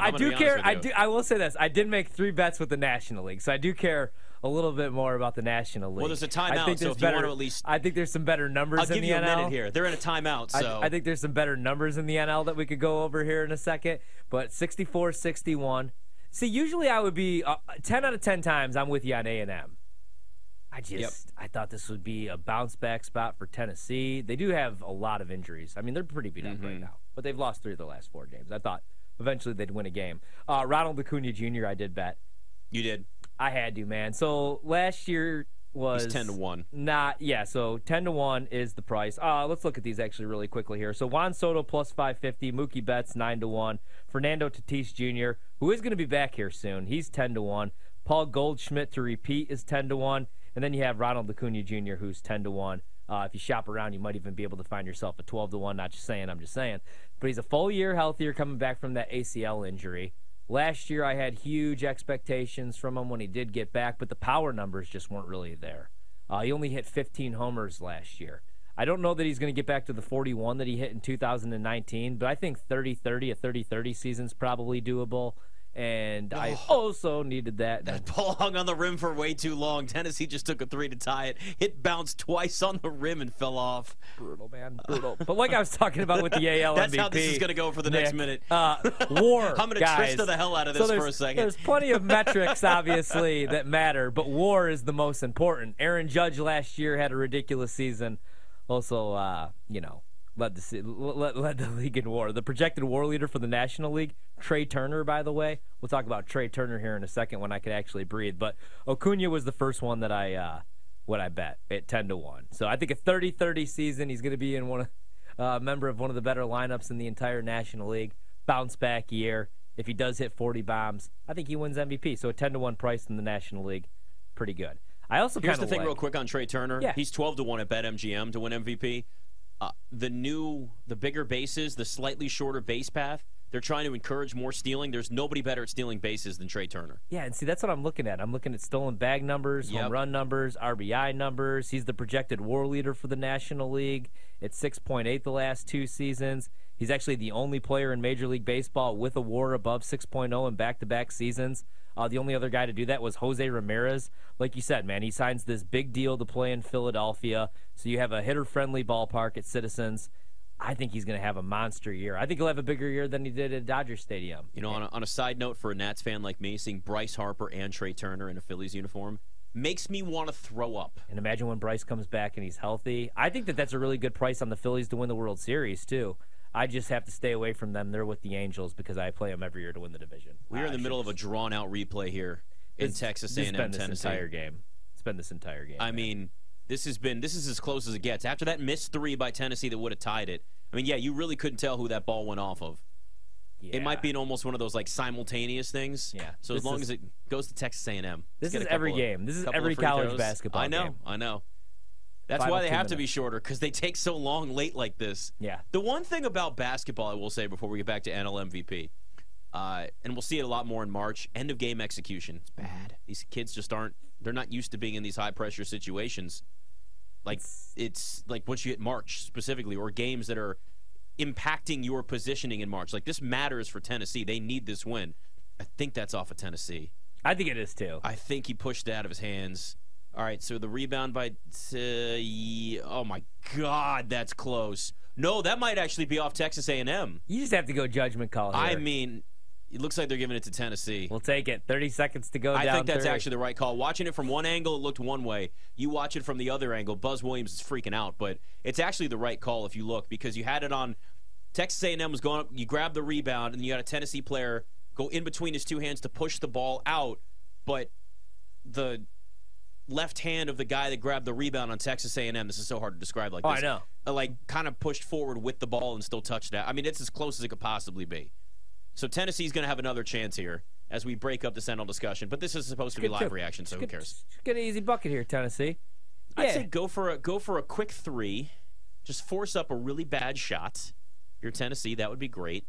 I gonna do be honest care. with I you. do. I will say this. I did make three bets with the National League, so I do care a little bit more about the National League. there's a I timeout, think so there's if you better, want to at least- I think there's some better numbers I'll in give the you a NL. minute here. They're in a timeout, I- so I, think there's some better numbers in the NL that we could go over here in a second, but 64 61. See, usually I would be uh, 10 out of 10 times I'm with you on A&M. I just I thought this would be a bounce back spot for Tennessee. They do have a lot of injuries. I mean, they're pretty beat up Mm-hmm. right now, but they've lost three of their last four games. I thought eventually they'd win a game. Uh, Ronald Acuna Jr. I did bet. you did. I had to, man. So last year was He's ten to one. not yeah, so ten to one is the price. Uh, let's look at these actually really quickly here. So Juan Soto plus five fifty, Mookie Betts nine to one, Fernando Tatis Jr., who is going to be back here soon, he's ten to one. Paul Goldschmidt to repeat is ten to one, and then you have Ronald Acuna Jr., who's ten to one. Uh, if you shop around, you might even be able to find yourself a twelve to one. Not just saying, I'm just saying. But he's a full year healthier, coming back from that ACL injury. Last year, I had huge expectations from him when he did get back, but the power numbers just weren't really there. Uh, he only hit 15 homers last year. I don't know that he's going to get back to the 41 that he hit in 2019, but I think 30 30, a 30 30 season's probably doable. And I also needed that. That ball hung on the rim for way too long. Tennessee just took a three to tie it. It bounced twice on the rim and fell off. brutal, man. Brutal. But like I was talking about with the AL That's how MVP, this is gonna go for the next Nick, minute. Uh, war. I'm gonna guys. Trista the hell out of So this for there's- a second. There's plenty of metrics, obviously, that matter, but war is the most important. Aaron Judge last year had a ridiculous season. Also, uh, you know, led the se- led, led the league in war. The projected war leader for the National League, Trey Turner, by the way. We'll talk about Trey Turner here in a second when I could actually breathe. But Acuna was the first one that I uh, what I bet at ten to one. So I think a 30-30 season, he's going to be in one of uh, member of one of the better lineups in the entire National League. Bounce back year. If he does hit 40 bombs, I think he wins MVP. So a 10 to 1 price in the National League, pretty good. I also Here's kind the of thing, like, real quick, on Trey Turner. Yeah. He's 12 to 1 at BetMGM to win MVP. Uh, the new, the bigger bases, the slightly shorter base path, they're trying to encourage more stealing. There's nobody better at stealing bases than Trey Turner. Yeah, and see that's what I'm looking at. I'm looking at stolen bag numbers, Yep. home run numbers, RBI numbers. He's the projected WAR leader for the National League at 6.8 the last two seasons. He's actually the only player in Major League Baseball with a WAR above 6.0 in back-to-back seasons. Uh, the only other guy to do that was Jose Ramirez. Like you said, man, he signs this big deal to play in Philadelphia, so you have a hitter-friendly ballpark at Citizens. I think he's going to have a monster year. I think he'll have a bigger year than he did at Dodger Stadium. You know, on a, on a side note, for a Nats fan like me, seeing Bryce Harper and Trey Turner in a Phillies uniform makes me want to throw up. And imagine when Bryce comes back and he's healthy. I think that that's a really good price on the Phillies to win the World Series too. I just have to stay away from them. They're with the Angels because I play them every year to win the division. We are in I the middle of a drawn-out replay here in Ah, It's- Texas A&M, should- It's been this Tennessee. entire game. It's been this entire game. I man. mean, this has been this is as close as it gets. After that missed three by Tennessee that would have tied it. I mean, yeah, you really couldn't tell who that ball went off of. It Yeah. might be an almost one of those like simultaneous things. Yeah. So This as long is- as it goes to Texas A&M, This let's get is a couple every of- game. This is couple of every free college throws. basketball. I know. game. I know. That's Final why they two have to be minutes. shorter because they take so long late like this. Yeah. The one thing about basketball, I will say before we get back to NL MVP, uh, and we'll see it a lot more in March. End of game execution. It's bad. These kids just aren't. They're not used to being in these high pressure situations. Like It's- it's, like once you hit March specifically, or games that are impacting your positioning in March. Like this matters for Tennessee. They need this win. I think that's off of Tennessee. I think it is too. I think he pushed it out of his hands. All right, so the rebound by. T- oh my God, that's close. No, that might actually be off Texas A&M. You just have to go judgment call here. I mean, it looks like they're giving it to Tennessee. we'll take it. Thirty seconds to go. I down think that's three. actually the right call. Watching it from one angle, it looked one way. You watch it from the other angle, Buzz Williams is freaking out, but it's actually the right call if you look because you had it on Texas A&M was going up. You grab the rebound, and you got a Tennessee player go in between his two hands to push the ball out, but the left hand of the guy that grabbed the rebound on Texas A&M. This is so hard to describe like Oh, this. I know. uh, Like kind of pushed forward with the ball and still touched that. I mean, it's as close as it could possibly be. So Tennessee's going to have another chance here as we break up the Sentinel discussion. But this is supposed to be Good live too. reaction, so who Good- cares? Get an easy bucket here, Tennessee. I'd Yeah. say go for a go for a quick three. Just force up a really bad shot. If You're Tennessee, that would be great.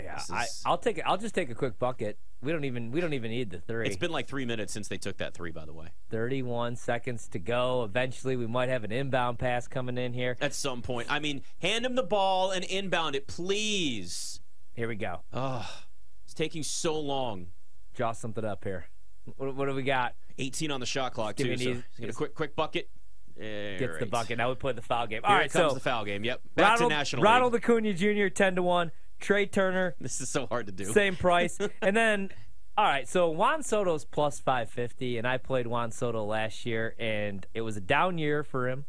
Yeah, This I, is- I'll take it. I'll just take a quick bucket. We don't even we don't even need the three. It's been like three minutes since they took that three, by the way. 31 seconds to go. Eventually, we might have an inbound pass coming in here. At some point, I mean, hand him the ball and inbound it, please. Here we go. Ugh, it's taking so long. Draw something up here. What, what do we got? 18 on the shot clock Give too. me so these- he's gonna quick quick bucket. All Gets the right. bucket. Now we play the foul game. All Here right, it comes so the foul game. Yep. Back Ronald, to national. League. Ronald Acuna Jr. ten to one. Trey Turner This is so hard to do. same price. and then, all right, so Juan Soto's plus 550, and I played Juan Soto last year, and it was a down year for him,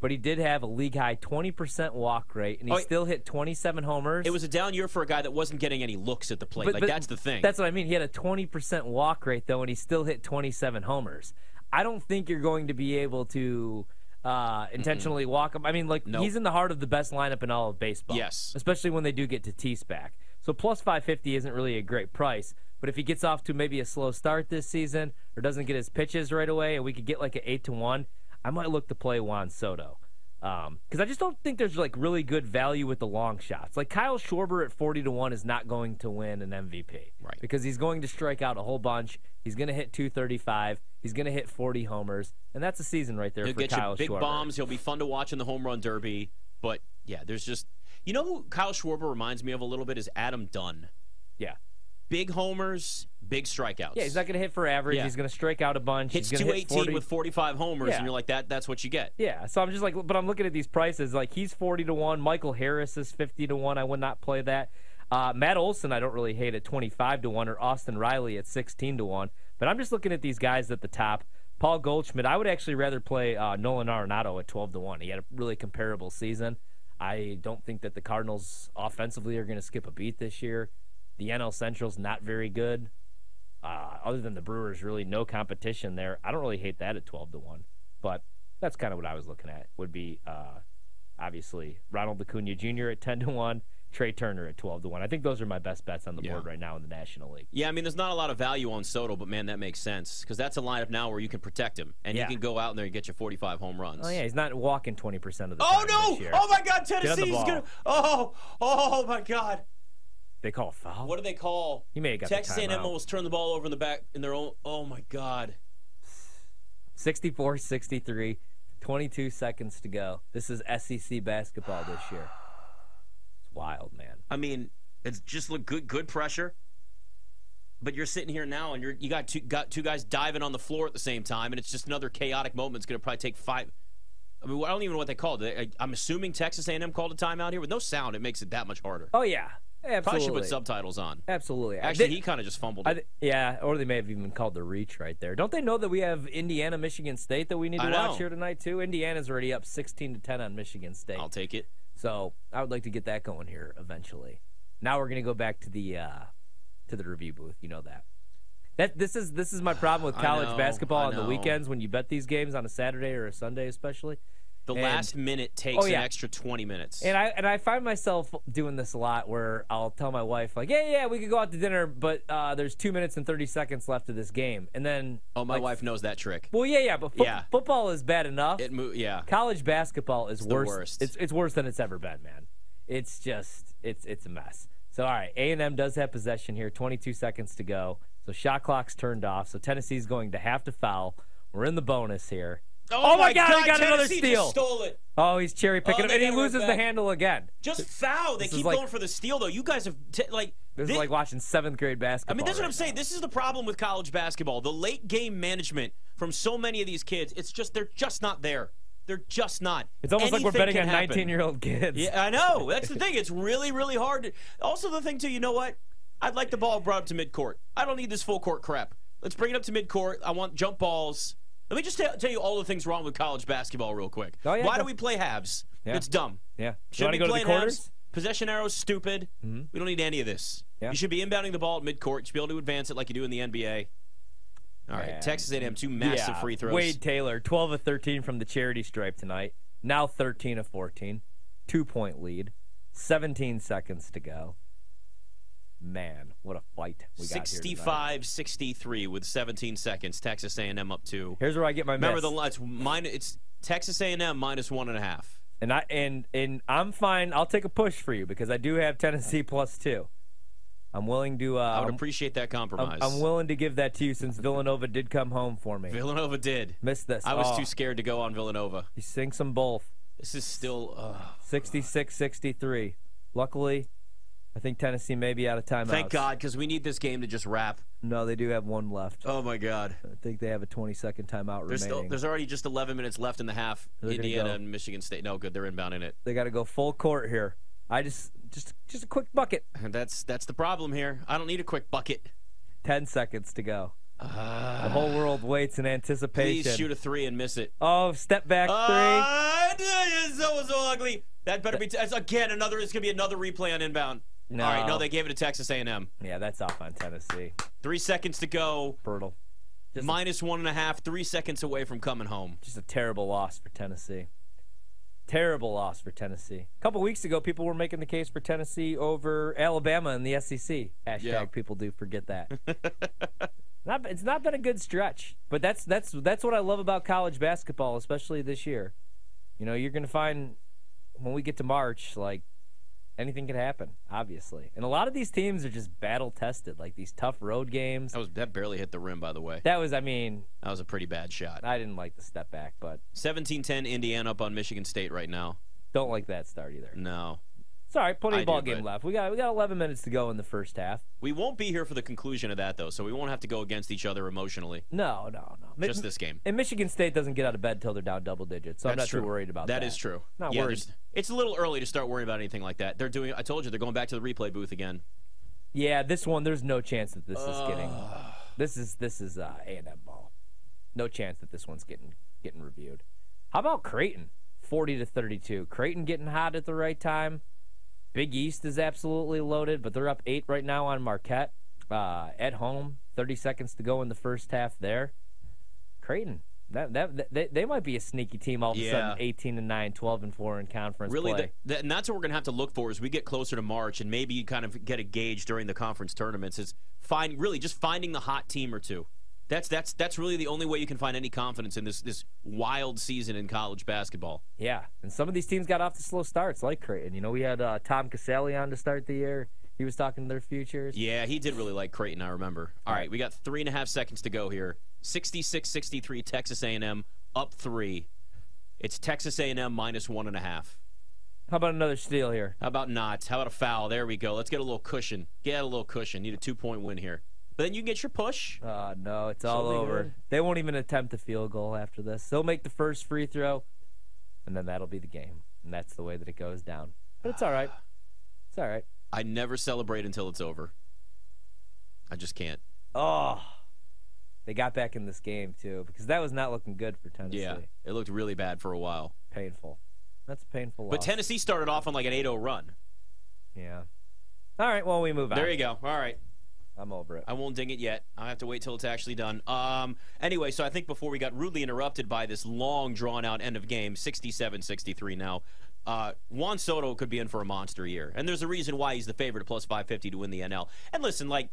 but he did have a league high 20% walk rate, and he Oh, it- still hit 27 homers. It was a down year for a guy that wasn't getting any looks at the plate. But- like but that's the thing. That's what I mean. He had a 20% walk rate, though, and he still hit 27 homers. I don't think you're going to be able to uh, intentionally walk him. I mean, like, Nope. he's in the heart of the best lineup in all of baseball. Yes. Especially when they do get Tatis back. So plus 550 isn't really a great price. But if he gets off to maybe a slow start this season or doesn't get his pitches right away and we could get like an 8 to 1, I might look to play Juan Soto. Because I just don't think there's like really good value with the long shots. Like Kyle Schwarber at 40 to 1 is not going to win an MVP. Right. Because he's going to strike out a whole bunch. He's going to hit 235. He's going to hit 40 homers. And that's a season right there He'll for get Kyle you big Schwarber. bombs. He'll be fun to watch in the home run derby. But yeah, there's just you know who Kyle Schwarber reminds me of a little bit is Adam Dunn. Yeah. Big homers, big strikeouts. Yeah, he's not going to hit for average. Yeah. He's going to strike out a bunch. hits he's gonna hit 218 40. with 45 homers, Yeah. and you're like that. That's what you get. Yeah, so I'm just like, but I'm looking at these prices. Like he's 40 to one. Michael Harris is 50 to one. I would not play that. Uh, Matt Olson, I don't really hate at 25 to one, or Austin Riley at 16 to one. But I'm just looking at these guys at the top. Paul Goldschmidt, I would actually rather play uh, Nolan Arenado at 12 to one. He had a really comparable season. I don't think that the Cardinals offensively are going to skip a beat this year. The NL Central's not very good. Uh, other than the Brewers, really no competition there. I don't really hate that at 12 to 1, but that's kind of what I was looking at. Would be uh, obviously Ronald Acuna Jr. at 10 to 1, Trey Turner at 12 to 1. I think those are my best bets on the Yeah. board right now in the National League. Yeah, I mean, there's not a lot of value on Soto, but man, that makes sense because that's a lineup now where you can protect him and Yeah. you can go out there and get your 45 home runs. Oh, yeah, he's not walking 20% of the Oh time no! this year. Oh my God! on the Tennessee's ball. gonna. Oh, oh my God! They call a foul. What do they call? He may have got the Texas A&M timeout. almost turned the ball over in the back in their own. Oh my God! 64 63, 22 seconds to go. This is SEC basketball this year. It's wild, man. I mean, it's just look good, good pressure. But you're sitting here now, and you're you got two got two guys diving on the floor at the same time, and it's just another chaotic moment. It's going to probably take five. I mean, I don't even know what they called it. I- I'm assuming Texas A&M called a timeout here with no sound. It makes it that much harder. Oh, yeah. Absolutely. Probably should put subtitles on. Absolutely. I Actually, thi- he kind of just fumbled. I It. th- yeah, or they may have even called the reach right there. Don't they know that we have Indiana, Michigan State that we need to I watch know. here tonight too? Indiana's already up 16 to 10 on Michigan State, I'll take it. so I would like to get that going here eventually. Now we're gonna go back to the uh, to the review booth. You know that. That this is this is my problem with I college know, basketball I on the know. weekends when you bet these games on a Saturday or a Sunday especially. The And- last minute takes Oh, yeah. an extra 20 minutes. And I and I find myself doing this a lot where I'll tell my wife like, "Yeah, yeah, we could go out to dinner, but uh, there's two minutes and 30 seconds left of this game," and then oh, my like, wife knows that trick. Well, yeah, yeah, but fo- Yeah. football is bad enough. It mo- yeah. College basketball is the worse. worst. It's it's worse than it's ever been, man. It's just it's it's a mess. So all right, A and M does have possession here. 22 seconds to go. So shot clock's turned off. So Tennessee's going to have to foul. We're in the bonus here. Oh, my God, he got another Tennessee just steal. stole it. Oh, he's cherry Oh, picking him, they and he got it loses the back. handle again. Just foul. They This is keep like- going for the steal, though. You guys have t- like. This thi- is like watching seventh grade I basketball. mean, this is what right I'm saying. This is the problem with college basketball. The late game management from so many of these kids. It's just they're just not there. They're just not. now. It's almost like we're Anything betting can on happen. 19 year old kids. Yeah, I know. That's the thing. It's really, really hard. To... Also, the thing too. You know what? I'd like the ball brought up to midcourt. I don't need this full court crap. Let's bring it up to midcourt. I want jump balls. Let me just t- tell you all the things wrong with college basketball real quick. Oh, yeah, Why go- do we play halves? Yeah. It's dumb. Yeah. You Should want be to go to the playing quarters? Mm-hmm. halves. Possession arrows stupid. We don't need any of this. Yeah. You should be inbounding the ball at midcourt. You should be able to advance it like you do in the NBA. All right, Man. Texas A&M two massive Yeah. free throws. Wade Taylor, 12 of 13 from the charity stripe tonight. Now 13 of 14. Two point lead. 17 seconds to go. Man, what a fight we got here. tonight. 65-63 with 17 seconds. Texas A&M up two. Here's where I get my Remember miss. the line? It's, min- it's Texas A&M minus one and a half. and I and and I'm fine. I'll take a push for you because I do have Tennessee plus two. I'm willing to. Uh, I would I'm- appreciate that compromise. I'm, I'm willing to give that to you since Villanova did come home for me. Villanova did. Missed this. I was Oh, too scared to go on Villanova. You sink some both. This is still. Uh, 66 63. Luckily, I think Tennessee may be out of timeouts. Thank God, because we need this game to just wrap. No, they do have one left. Oh my God. I think they have a 20 second timeout There's still remaining. there's already just 11 minutes left in the half. They're gonna Indiana go. and Michigan State. No, good. They're inbound in it. They got to go full court here. I just just just a quick bucket. And that's that's the problem here. I don't need a quick bucket. 10 seconds to go. Uh, The whole world waits in anticipation. please shoot a three and miss it. Oh, step back three. Uh, it's so so ugly. That better be that's again another. It's gonna be another replay on inbound. No. All right, no, they gave it to Texas A&M. Yeah, that's off on Tennessee. Three seconds to go. Brutal. Just, Minus one and a half. Three seconds away from coming home. just a terrible loss for Tennessee. Terrible loss for Tennessee. A couple weeks ago, people were making the case for Tennessee over Alabama in the SEC. Hashtag Yeah. people do forget that. not, it's not been a good stretch, but that's that's that's what I love about college basketball, especially this year. You know, you're going to find when we get to March, like anything can happen, obviously. And a lot of these teams are just battle tested, like these tough road games. That was that barely hit the rim, by the way. That was, I mean, That was a pretty bad shot. I didn't like the step back, but 17-10 Indiana up on Michigan State right now. don't like that start either. No. Sorry, plenty I of ball do, game but- left. We got we got 11 minutes to go in the first half. We won't be here for the conclusion of that though, so we won't have to go against each other emotionally. No, no, no. Mi- Just this game. And Michigan State doesn't get out of bed till they're down double digits, so I'm That's not too true. worried about that. that is true. Not worried. there's- It's a little early to start worrying about anything like that. They're doing. I told you they're going back to the replay booth again. Yeah, this one there's no chance that this is getting. This is this is uh, A&M ball. No chance that this one's getting getting reviewed. How about Creighton? 40 to 32. Creighton getting hot at the right time. Big East is absolutely loaded, but they're up eight right now on Marquette uh, at home. 30 seconds to go in the first half there. Creighton. That, that they, they might be a sneaky team all of a Yeah. sudden 18 and 9 12 and 4 in conference Really, play. th- th- and that's what we're gonna have to look for as we get closer to March and maybe kind of get a gauge during the conference tournaments. Is find really just finding the hot team or two. That's that's that's really the only way you can find any confidence in this this wild season in college basketball. Yeah, and some of these teams got off to slow starts, like Creighton. You know, we had uh, Tom Casale on to start the year. He was talking to their futures. Yeah, he did really like Creighton, I remember. All right, we got three and a half seconds to go here. 66-63 Texas A&M up three. It's Texas A&M minus one and a half. How about another steal here? How about not? How about a foul? There we go. Let's get a little cushion. Get a little cushion. Need a two-point win here. But then you can get your push. Oh, no, it's all they over. good. They won't even attempt a field goal after this. They'll make the first free throw, and then that'll be the game. And that's the way that it goes down. But it's all right. It's all right. I never celebrate until it's over. I just can't. Oh, they got back in this game, too, because that was not looking good for Tennessee. Yeah, it looked really bad for a while. Painful. That's a painful But loss. Tennessee started off on like an 8-0 run. Yeah. All right, well, we move on. There you go. All right. I'm over it. I won't ding it yet. I have to wait till it's actually done. Um, anyway, so I think before we got rudely interrupted by this long, drawn out end of game, 67 63 now, uh, Juan Soto could be in for a monster year. And there's a reason why he's the favorite at plus 550 to win the NL. And listen, like,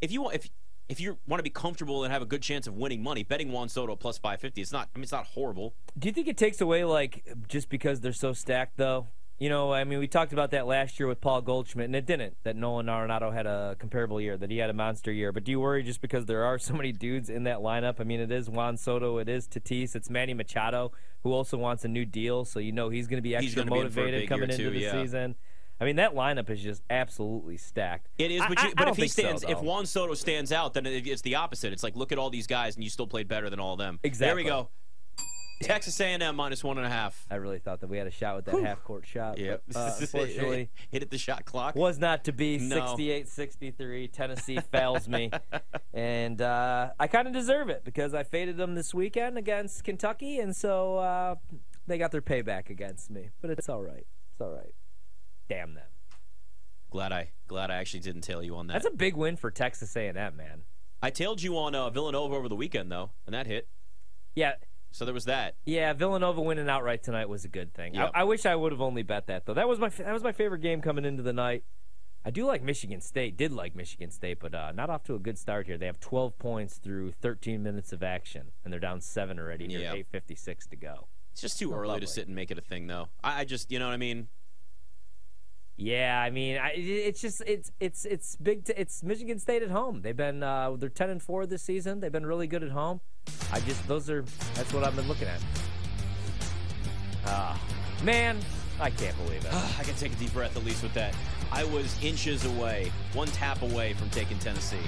if you want, if, if you want to be comfortable and have a good chance of winning money, betting Juan Soto at plus 550, it's not, I mean, it's not horrible. Do you think it takes away like just because they're so stacked though? You know, I mean, we talked about that last year with Paul Goldschmidt, and it didn't. That Nolan Arenado had a comparable year, that he had a monster year. But do you worry just because there are so many dudes in that lineup? I mean, it is Juan Soto, it is Tatis, it's Manny Machado, who also wants a new deal, so you know he's going to be He's extra gonna be in for a motivated big coming year, into too, the yeah. season. I mean, that lineup is just absolutely stacked. It is, I- but, you, I- I but don't if he think so, stands, if though. Juan Soto stands out, then it, it's the opposite. It's like look at all these guys, and you still played better than all of them. There Exactly. we go. Texas A&M minus one and a half. I really thought that we had a shot with that half court shot. Yep. but, uh, unfortunately. hit it the shot clock. was not to be. No. 68 63. Tennessee fails me. And uh, I kind of deserve it because I faded them this weekend against Kentucky. And so uh, they got their payback against me. But it's all right. It's all right. Damn them. Glad I glad I actually didn't tail you on that. That's a big win for Texas A&M, man. I tailed you on uh, Villanova over the weekend though, and that hit. Yeah, So there was that. yeah. Villanova winning outright tonight was a good thing. Yep. I, I wish I would have only bet that though. That was my that was my favorite game coming into the night. I do like Michigan State. Did like Michigan State, but uh, not off to a good start here. They have 12 points through 13 minutes of action, and they're down seven already. Here, Yeah. 8:56 to go. It's just too Oh, early to lovely. sit and make it a thing though. I, I just you know what I mean. Yeah, I mean, I, it- it's just it's it's it's big. T- it's Michigan State at home. They've been uh, they're 10 and four this season. They've been really good at home. I just those are that's what I've been looking at. Ah, man, I can't believe it. I can take a deep breath at least with that. I was inches away, one tap away from taking Tennessee.